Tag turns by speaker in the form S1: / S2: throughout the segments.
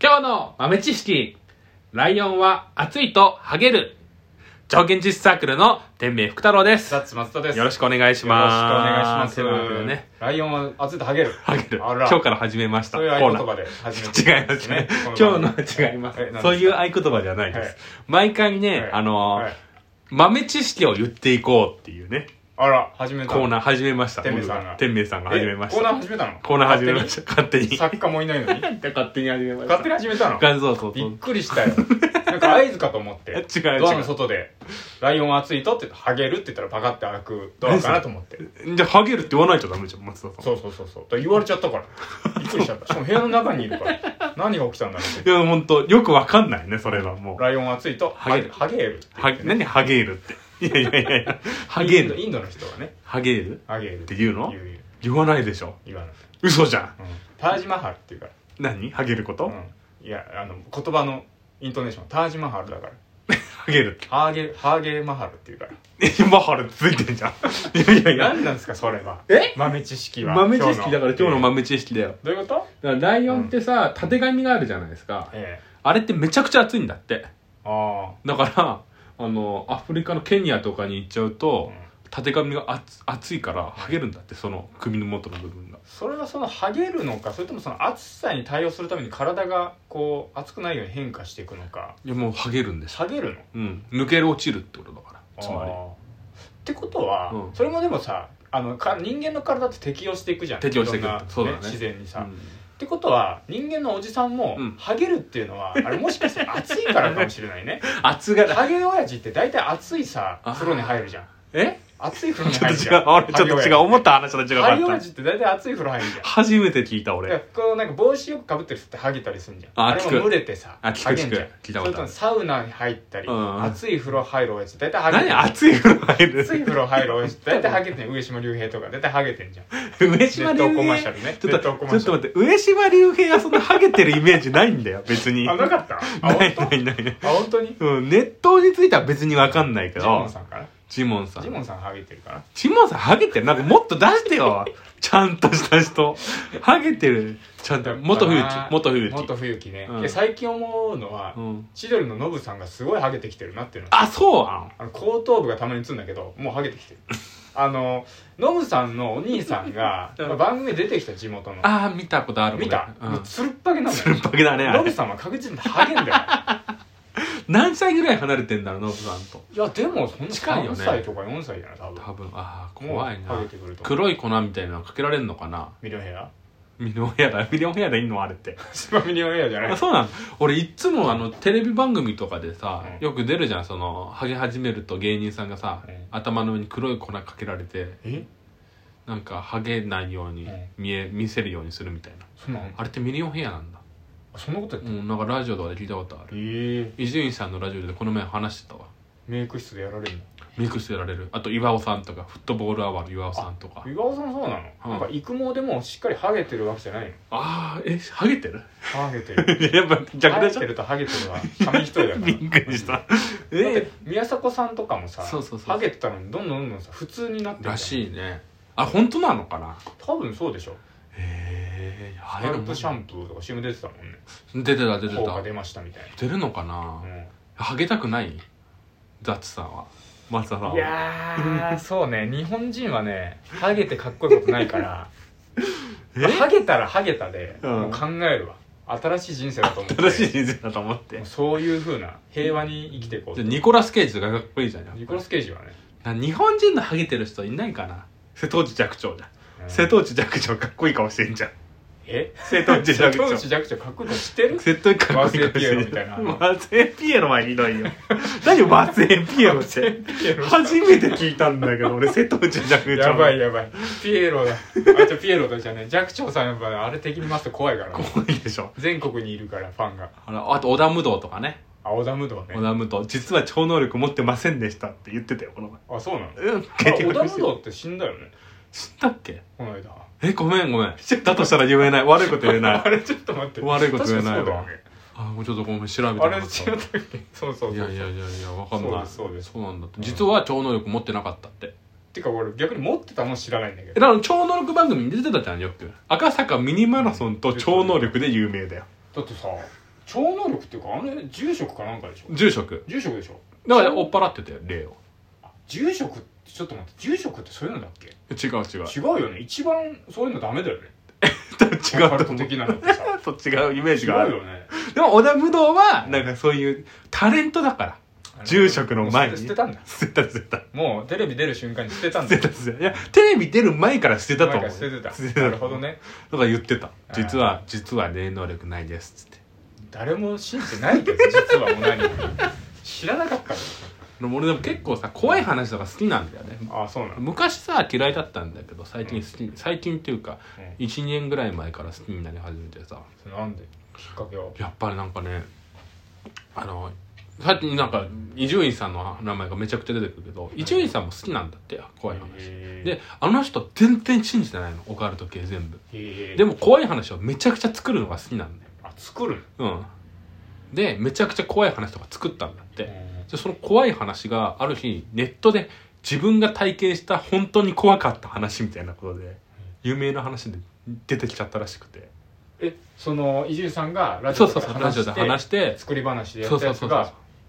S1: 今日の豆知識。ライオンは暑いとハゲる。超現実サークルの天命福太郎です。
S2: ザッツ松田です。
S1: よろしくお願いし
S2: よろしくお願
S1: ま
S2: い
S1: す。
S2: します。
S1: ね。
S2: ライオンは熱いとハゲる。
S1: ハゲる。
S2: あら
S1: 今日から始めました。
S2: そう
S1: コ
S2: い
S1: ー
S2: う合
S1: ナ
S2: 言葉
S1: ー。
S2: で始め
S1: 違い
S2: て
S1: ますね。今日
S2: こ
S1: の
S2: 番組
S1: は違いま
S2: え何
S1: す
S2: です。か
S1: そういう合言葉じゃないです。毎回ね、
S2: はい
S1: あのー
S2: はい
S1: 豆知識を言っていこうっていうね、
S2: あら、始めた。
S1: コーナー始めました。
S2: 天明さんが
S1: 天明さんが始めまし
S2: えコーナー
S1: た。
S2: 始めたの
S1: コーナー始めました。勝手に。
S2: 作家もいないのに。
S1: 勝手に始めま
S2: 勝手に始めたの
S1: そうそうそう。
S2: びっくりしたよ。なんか合図かと思っ て。
S1: 違う違う
S2: ドアの外で、ライオンは熱いとって言ってハゲるって言ったらパカって開くドアかなと 思って。
S1: じゃあ、ハゲるって言わないとダメじゃん、松田さん。
S2: そうそうそうそう。だから言われちゃったから。びっくりしちゃった。しかも部屋の中にいるから。何が起きたんだろうって
S1: いや、ほんと、よくわかんないね、それはもう。
S2: ライオンは熱いとハゲる。ハゲるって言
S1: は
S2: っ、てね。
S1: 何ハゲるって。いやいやいやいや、ハゲ
S2: インドイ
S1: る。
S2: ンドの人はね。
S1: ハゲる
S2: ハゲる
S1: って言うの
S2: 言う言う
S1: 言わないでしょ。
S2: 言わない、
S1: 嘘じゃん。
S2: うん、タージマハルっていうか
S1: 何ハゲること
S2: ら、うん、いやあの言葉のイントネーションタージマハルだから
S1: ハゲるって。
S2: ハーゲハーゲマハルっていうから
S1: え、マハルついてんじゃん。いやいやいや。
S2: 何なんですかそれは
S1: え
S2: 豆知識は
S1: 豆知識だから今日の
S2: え
S1: 豆知識だよ。
S2: えどういうこと
S1: だからライオンってさ、たてがみがあるじゃないですか。
S2: ええ
S1: あれってめちゃくちゃ暑いんだって。
S2: あ
S1: だから、あの、アフリカのケニアとかに行っちゃう
S2: あ、う
S1: と
S2: ん、
S1: たてがみが熱熱いから、ハゲるんだって、その首の元の部分が。
S2: それはそのハゲるのかそれともその暑さに対応するために体がこう熱くないように変化していくのか
S1: いやもうハゲるんです
S2: ハゲるの
S1: うん抜け落ちるってことだからつま
S2: あ
S1: り
S2: あってことは、
S1: うん
S2: それもでもさあのか人間の体って適応していくじゃん
S1: 適応していく
S2: いろんな
S1: そうだね
S2: 自然にさ、
S1: うん
S2: ってことは人間のおじさんも
S1: うん
S2: ハゲるっていうのは、あれもしかして暑いからかもし れないね
S1: 熱が
S2: ハゲ親父って大体暑いさ
S1: あー
S2: 風呂に入るじゃん
S1: え
S2: 暑い風呂に
S1: ちょっと
S2: 入るじ
S1: 違
S2: ゃ
S1: うん俺ちょっと違う思った話と違
S2: ハゲ
S1: か
S2: 親
S1: った
S2: 父って大体暑い風呂入るじゃん
S1: 初めて聞いた
S2: だから
S1: 俺
S2: こうなんか帽子よくかぶってる人ってハゲたりするじゃん
S1: あ
S2: あ
S1: ー
S2: れ
S1: 聞
S2: も
S1: く
S2: 蒸れてさ
S1: あ聞く
S2: ハゲんじゃん
S1: 聞く聞いたことある
S2: それとサウナに入ったり、
S1: うん
S2: 暑い風呂入る親父大体ハゲて
S1: 何
S2: る
S1: 熱い風呂入
S2: 暑い
S1: る
S2: 風呂入る親父大体ハゲてん上島竜兵とか大体ハゲてんじゃん
S1: 上島竜
S2: ネットコマーシ
S1: 兵
S2: ャルね
S1: ちょっ
S2: ネットコ
S1: と
S2: マ
S1: ちょ
S2: ー
S1: っと待
S2: シャル
S1: って上島竜兵はそんなハゲてるイメージないんだよ別に
S2: あなかったあ
S1: な
S2: 本
S1: い
S2: 当
S1: ないない
S2: あ本当に
S1: うん熱湯については別にわかんないけ
S2: ジモ
S1: ど
S2: ンさんかな
S1: ジモンさ
S2: ジモ
S1: ん
S2: ンさんハゲてるかな
S1: ジモンさんハゲてるなんかもっと出して よちゃんとした人ハゲてるちゃんと元冬木元冬木
S2: 元冬木ね、
S1: うん
S2: いや最近思うのは、
S1: うん
S2: 千鳥のノブさんがすごいハゲてきてるなっていうの
S1: あ、そうなの
S2: あの後頭部がたまに映るんだけどもうハゲて きてるあのノブさんのお兄さんが、
S1: うん
S2: まあ番組で出てきた地元の
S1: あー、見たことある。
S2: 見た、
S1: う。
S2: もうんつるっぱげなんだよ
S1: バケだね、あ
S2: ノブ
S1: れ。
S2: さんは確実にハゲんだよ
S1: 何歳ぐらい離れてんだろう、ノブさんと。
S2: いやでもそんな
S1: 近いよね
S2: 3歳とか4歳じゃない多分
S1: 多分、あー、
S2: もう
S1: 怖いな
S2: ハゲ。てくると思う
S1: 黒い粉みたいなのかけられんのかな
S2: ミリオンヘア
S1: ミリオンヘアだ。ミリオンヘアでいいのあれ って。
S2: スパミリオンヘアじゃない
S1: あそうなの俺、いっつもあの、テレビ番組とかでさ
S2: う、ん
S1: よく出るじゃん、その、ハゲ始めると芸人さんがさ
S2: うん、
S1: 頭の上に黒い粉かけられて、
S2: え
S1: なんか、ハゲないように
S2: うん
S1: 見え、見せるようにするみたいな。
S2: そんなん
S1: あれってミリオンヘアなんだ。
S2: そんなことやっ
S1: う
S2: て
S1: ん、なんかラジオとかで聞いたことある。
S2: ええ
S1: 伊集院さんのラジオでこの前話してたわ。
S2: メイク室でやられるの
S1: ミックスやられるあと岩尾さんとかフットボールアワーの岩尾さんとか
S2: 岩尾さんそうなの、
S1: うん
S2: なんか育毛でもうしっかりハゲてるわけじゃないの
S1: ああえハゲてる
S2: ハゲてる
S1: やっぱ
S2: ハ
S1: 逆
S2: ゲ
S1: でしてょ
S2: るとハゲてるは紙一重 だから
S1: びっくりした
S2: だって
S1: え
S2: 宮迫さんとかもさ
S1: そうそうそう
S2: ハゲてたのにどんどんどんどんさ普通になってる
S1: ら
S2: い
S1: しいねあ本当なのかな
S2: 多分そうでしょ
S1: へえ
S2: ス
S1: ハ
S2: カ
S1: ゲる
S2: ル
S1: も
S2: プシャ
S1: ん
S2: ンプーとか CM 出てたもんね
S1: 出てた出て
S2: 効果
S1: た
S2: 出ましたみたい
S1: 出るのかな
S2: な、
S1: ハゲたくないザッツさんは松田さん
S2: うん、い
S1: は
S2: やーそうね日本人はねハゲてかっこよくないから
S1: え
S2: ハゲたらハゲたで、
S1: うん
S2: もう考えるわ新しい人生だと思って
S1: 新しい人生だと思って
S2: もうそういうふうな平和に生きていこう
S1: じ
S2: と
S1: ゃあニコラス・ケイジとかかっこいいじゃんやっぱり
S2: ニコラス・ケイジはね、
S1: な日本人のハゲてる人いないかな瀬戸内寂聴じゃん
S2: うん
S1: 瀬戸内寂聴かっこいい顔してんじゃん
S2: え
S1: 瀬戸内
S2: 瀬
S1: 寂
S2: 戸
S1: 聴
S2: 内寂聴かっこいいの知って る
S1: 絶対かっこいいかもしれ
S2: 和製ピエロみたいな
S1: 和製ピエロはひどいよ。何和製ピエロって。初めて聞いたんだけど、俺、瀬戸内寂聴。
S2: やばい
S1: よ。
S2: やばいピエロだあとピエロだじゃね寂聴さんやっぱあれ敵にますと怖いから
S1: 怖いでしょ。
S2: 全国にいるからファンが
S1: あのあと、織田無道とかね。
S2: あ織田無道ね
S1: 織田無道、実は超能力持ってませんでしたって言ってたよ、この
S2: あそ うなの
S1: 前。うん、
S2: あ織田無
S1: してる
S2: 道って死んだよね
S1: 知ったっけ
S2: この間
S1: え、ごめんごめん。だとしたら言えない。悪いこと言えな
S2: あ
S1: い。
S2: れちょっと待って
S1: 悪いこと言えないわ
S2: 確か
S1: あ、もうちょっとごめん、調べて
S2: そ
S1: な
S2: うだ
S1: か
S2: よ
S1: っ。
S2: ねあれ違ったたっけそうそうそう
S1: いやいやいやいや、わかんない。
S2: そうですそうです
S1: そうなんだって。実は超能力持ってなかったって。
S2: てか俺逆に持ってたの知らないんだけ
S1: え
S2: ど
S1: だから超能力番組に出てたじゃんよく赤坂ミニマラソンと超能力で有名だよ
S2: だってさ超能力っていうかあれ住職かなんかでしょ
S1: 住職
S2: 住職でしょ
S1: だから追っ払ってて霊を
S2: あ住職ってちょっと待って住職ってそういうのだっけ
S1: 違う違う
S2: 違うよね一番そういうのダメだよね
S1: 違
S2: カル
S1: う
S2: ト
S1: と
S2: 的なのってさ
S1: と違うイメー
S2: 違
S1: ジ
S2: う
S1: がある
S2: よね
S1: でも織田武道はなんかそういうタレントだから
S2: あ の
S1: 住職の前
S2: もう
S1: に
S2: 捨てたんだ
S1: 捨てた捨てた
S2: もうテレビ出る瞬間に捨てたんだ
S1: 捨てた捨てたいやテレビ出る前から捨てたと
S2: 前か
S1: 思う
S2: ら捨ててた
S1: 捨てた
S2: なるほどね
S1: とか言ってた実は実は霊能力ないですっつって
S2: 誰も信じてないけど実はもう何も知らなかったの
S1: でも俺でも結構さ怖い話とか好きなんだよね
S2: ああそうなの、
S1: 昔さ嫌いだったんだけど最近好き最近っていうか
S2: うん
S1: 1年ぐらい前から好きになり始めてさ
S2: それなんできっかけは
S1: やっぱりなんかねあのさっきなんか伊集院さんの名前がめちゃくちゃ出てくるけど伊集院さんも好きなんだって怖い話
S2: で
S1: であの人全然信じてないのオカルト系全部で
S2: でも
S1: も怖い話をめちゃくちゃ作るのが好きなんだよ
S2: あ作るの
S1: うんでめちゃくちゃ怖い話とか作ったんだってでその怖い話がある日ネットで自分が体験した本当に怖かった話みたいなことで有名な話で出てきちゃったらしくて
S2: えその伊集院さんがラジ
S1: そ
S2: オ
S1: う
S2: で
S1: そうそうラジオで話
S2: 話し
S1: して
S2: て作り話でや
S1: そう
S2: った
S1: そ
S2: や
S1: うそう
S2: つ
S1: そう
S2: が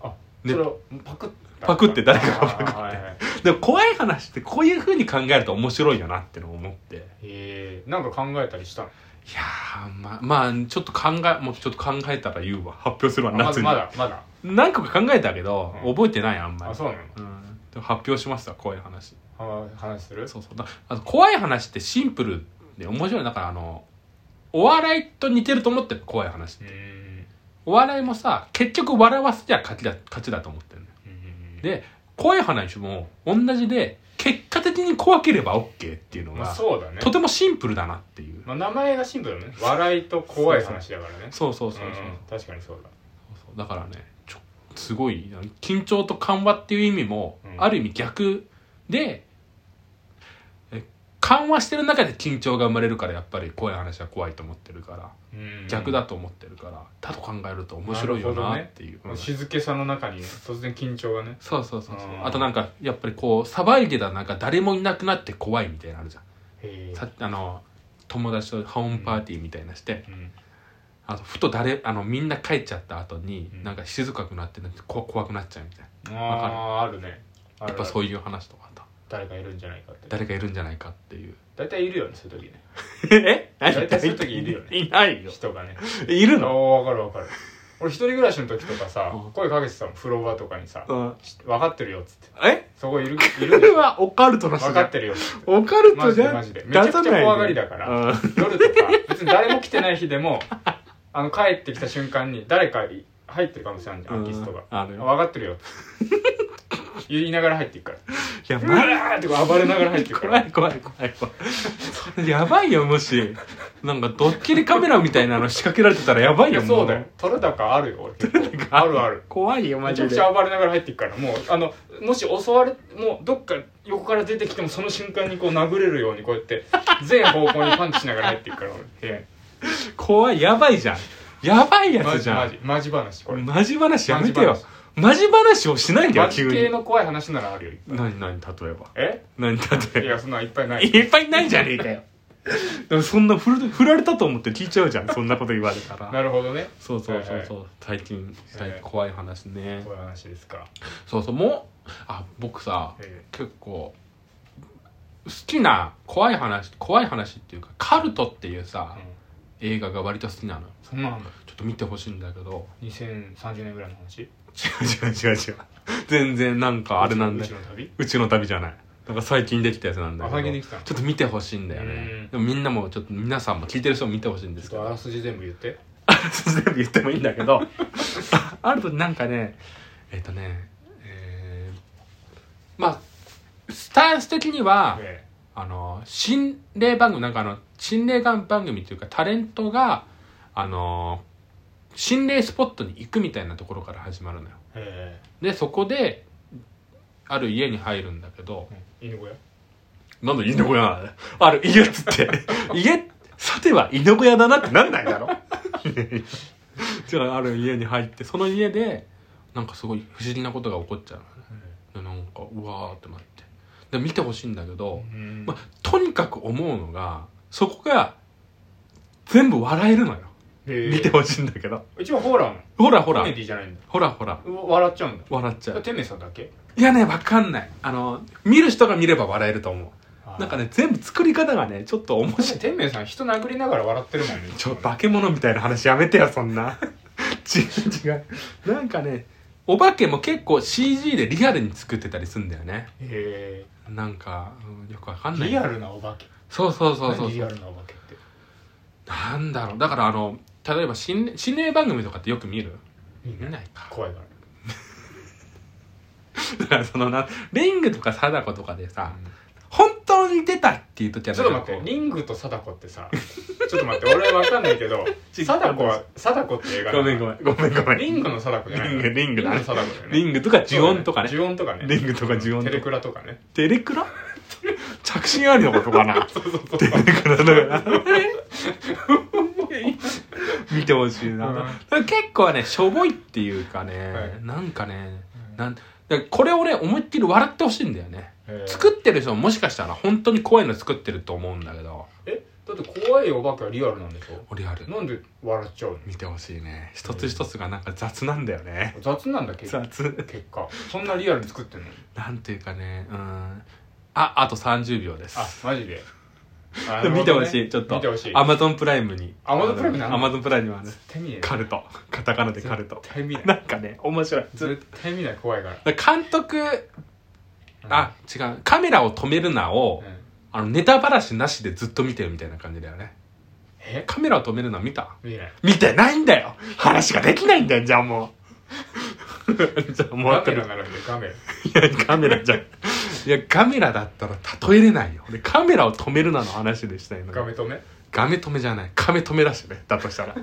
S2: あそ
S1: ね
S2: れをパクった
S1: パクって誰かがパクって
S2: あーはいはい
S1: でも怖い話ってこういうふうに考えると面白いよなってのを思ってい
S2: えーなんか考えたりしたの
S1: やーまあまあちょっと考えもうちょっと考えたら言うわ発表するわ
S2: あま
S1: 夏
S2: ず
S1: に、
S2: まだまだ
S1: 何個か考えたけど、
S2: うん
S1: 覚えてないあんまり
S2: あそうなの
S1: うんでも発表しました怖い話
S2: は話する
S1: そうそうだあと怖い話ってシンプルで面白いだからあのお笑いと似てると思ってる怖い話
S2: うーん
S1: お笑いもさ結局笑わせりゃ勝ちだ勝ちだと思ってるのよ
S2: うん
S1: で怖い話も同じで結果的に怖ければ OK っていうの
S2: まあ
S1: が
S2: そうだね
S1: とてもシンプルだなっていう
S2: まあ名前がシンプルだね笑いと怖い話だからね
S1: そうそうそうそう,、
S2: ん確かにそうだ
S1: そうだからねちょすごいあの緊張と緩和っていう意味も、
S2: うん
S1: ある意味逆でえ緩和してる中で緊張が生まれるからやっぱり怖い話は怖いと思ってるから、
S2: うん
S1: 逆だと思ってるからだと考えると面白いよなっていう、うん
S2: 静けさの中に突然緊張がね
S1: そうそうそうそう
S2: うん
S1: あとなんかやっぱりこう騒いでた中誰もいなくなって怖いみたいなのあるじゃん
S2: へ
S1: さあの友達とホームパーティーみたいなして、
S2: えうん
S1: あとふと誰あのみんな帰っちゃった後に、
S2: うん
S1: なんか静かくなってなんかこ怖くなっちゃうみたいな
S2: ああーあるねあ
S1: や
S2: る
S1: っ
S2: あ
S1: ぱ
S2: る
S1: そういう話とかあった
S2: 誰かいるんじゃないかって
S1: 誰かいるんじゃないかって いう
S2: 大体いるよねそういう時 ね
S1: え
S2: 大体そういう時いるよね
S1: いないよ
S2: 人が ね
S1: いる
S2: あ
S1: の
S2: あ分かる分かる俺一人暮らしの時とかさ
S1: うん
S2: 声かけてたもん風呂場とかにさ
S1: うん
S2: 「分かってるよ」っつって
S1: え
S2: 「そこいるい
S1: こ
S2: る
S1: れはオカルトの人
S2: 分
S1: じ
S2: か
S1: ゃ
S2: っ
S1: ん
S2: てるよ」っつって
S1: オカル
S2: マ
S1: ト
S2: ジ
S1: じ
S2: で
S1: ゃん
S2: マジでめちゃくちゃ怖がりだか
S1: う
S2: ら
S1: ん
S2: 夜とか別に誰も来てない日で もあの帰ってきた瞬間に誰か入ってる可能性あるじゃんアーティストが
S1: うんある
S2: 分
S1: よ
S2: かってるよ言いながら入っていくから
S1: いや
S2: う
S1: マジ
S2: わーってこう暴れながら入っていくか
S1: 怖
S2: ら
S1: い怖い怖い怖いそれやばいよもしなんかドッキリカメラみたいなの仕掛けられてたらやばい
S2: い
S1: よ
S2: や
S1: も
S2: そううだよ取れ高あるよ俺あるある
S1: 怖いよマ
S2: めちゃ
S1: ジ
S2: く
S1: で
S2: ちゃ暴れながら入っていくからもうあのもし襲われもうどっか横から出てきてもその瞬間にこう殴れるようにこうやって全方向にパンチしながら入っていくから俺部屋に
S1: 怖いやばいじゃんやばいや
S2: マ
S1: つ
S2: ジ
S1: じゃ
S2: マ
S1: ん
S2: ジマジ話これ
S1: マジ話やめてよマジ話をしないんだよ
S2: マジ
S1: 急
S2: 系
S1: に
S2: の怖い話ならあるよ
S1: 何何例えば
S2: え
S1: 何だって
S2: いやそんなんいっぱいない
S1: いっぱいないじゃねえかよでもそんな振る振られたと思って聞いちゃうじゃんそんなこと言われたら
S2: なるほどね
S1: そうそうそうそう
S2: は
S1: 最近最
S2: は
S1: 近
S2: い
S1: 怖い話ね
S2: 怖い話ですか
S1: そうそうもうあ僕さ
S2: え
S1: 結構好きな怖い話怖い話っていうかカルトっていう
S2: えう
S1: さ
S2: ん
S1: 映画が割と好きなの
S2: そんなん
S1: ちょっと見てほしいんだけど
S2: 2030年ぐらいの話
S1: 違う違う違う違う全然なんかあれなんだよ
S2: うちの旅
S1: うちの旅じゃないなんか最近できたやつなんだけど
S2: あ最近できたの
S1: ちょっと見てほしいんだよ
S2: う
S1: ね
S2: ん
S1: でもみんなもちょっと皆さんも聞いてる人も見てほしいんで
S2: ちょ
S1: す
S2: っ
S1: けど
S2: とあらすじ全部言って
S1: あらすじ 全部言ってもいいんだけどあ あるとなんかねえっ、とねえーまあスタンス的には
S2: え
S1: あの心霊番組なんかあの心霊番組っていうかタレントがあの心霊スポットに行くみたいなところから始まるのよ
S2: ええ
S1: でそこである家に入るんだけど
S2: えうん犬小屋
S1: なんで犬小屋なのある家っつって 家さては犬小屋だなってなんないだろ じゃあある家に入ってその家でなんかすごい不思議なことが起こっちゃうのねでなんかうわーってなってで見てほしいんだけど、
S2: うん
S1: まあ、とにかく思うのがそこが全部笑えるのよ
S2: うへえ
S1: 見てほしいんだけど
S2: 一応ホラーなの
S1: ほらほ
S2: コ
S1: ら
S2: メディじゃないんだ
S1: ほらほら
S2: うわ笑っちゃうんだ
S1: 笑っちゃう
S2: テメさんだけ
S1: いやねわかんないあの見る人が見れば笑えると思うなんか
S2: ね
S1: ね全部作り方がねちょっと面白い
S2: 天明さん人殴りながら笑ってるもんね
S1: ちょ化け物みたいな話やめてよそん な違う違うなんかねお化けも結構 CG でリアルに作ってたりすんだよね
S2: へ
S1: なんか、うんよくわか
S2: え
S1: んない
S2: リアルなお化け
S1: そうそうそうそう
S2: 何リ
S1: そ
S2: ア
S1: う
S2: ルなお化けって
S1: なんだろうだからあの例えば心霊心霊番組とかってよく見る
S2: 見
S1: 見ないか
S2: 怖いから
S1: だから そのなリングとか貞子とかでさ本当に出たっていう時は
S2: ちょっと待ってリングと貞子ってさちょっと待って俺わかんない けど
S1: 違う
S2: 貞子は貞子って映画
S1: ごめんごめんごめんごめん
S2: リングの貞子じゃない
S1: リングリングだね
S2: の貞子だよね
S1: リングとか呪音とかね
S2: そうだ呪音とかね
S1: リングとか呪音と
S2: テレ
S1: か
S2: クラと かね
S1: テレクラ着信ありのことか な
S2: そうそうそう
S1: テレクラだから 見てほしいな、
S2: うん
S1: だから結構ねしょぼいっていうかね、
S2: はい
S1: なんかねなんだからこれをね思いっきり笑ってほしいんだよね
S2: えー
S1: 作ってる人ももしかしたら本当に怖いの作ってると思うんだけど
S2: えだって怖いお化けはリアルなんでしょ
S1: 俺ある
S2: なんで笑っちゃうの
S1: 見てほしいね一つ一つがなんか雑なんだよね
S2: 雑なんだ結果
S1: 雑
S2: 結果そんなリアルに作ってんの
S1: なんていうかねうんああと30秒です
S2: あマジであ
S1: 見てほしいちょっ
S2: 見て
S1: と
S2: ほしい
S1: アマゾンプライムに
S2: Amazon プライムな
S1: ア
S2: んだ
S1: マゾンプライムにはね
S2: 絶対見ねえ
S1: カルトカタカナでカルト
S2: 絶対見な
S1: ないんかね面白いず
S2: 絶対見ない怖いから
S1: 監督あ、違うカメラを止めるな
S2: う
S1: を
S2: んうん
S1: あのネタばらしなしでずっと見てるみたいな感じだよね
S2: え
S1: カメラを止めるな見た
S2: 見ない
S1: 見てないんだよ話ができないんだよじゃあもう じゃあもう
S2: ガ
S1: わか
S2: メ
S1: る
S2: ラなら見るガメラ
S1: いやカメラじゃんいやカメラだったら例えれないよ俺カメラを止めるなの話でしたよ
S2: ガメ止め
S1: ガメ止めじゃないカメ止めだしねだとしたら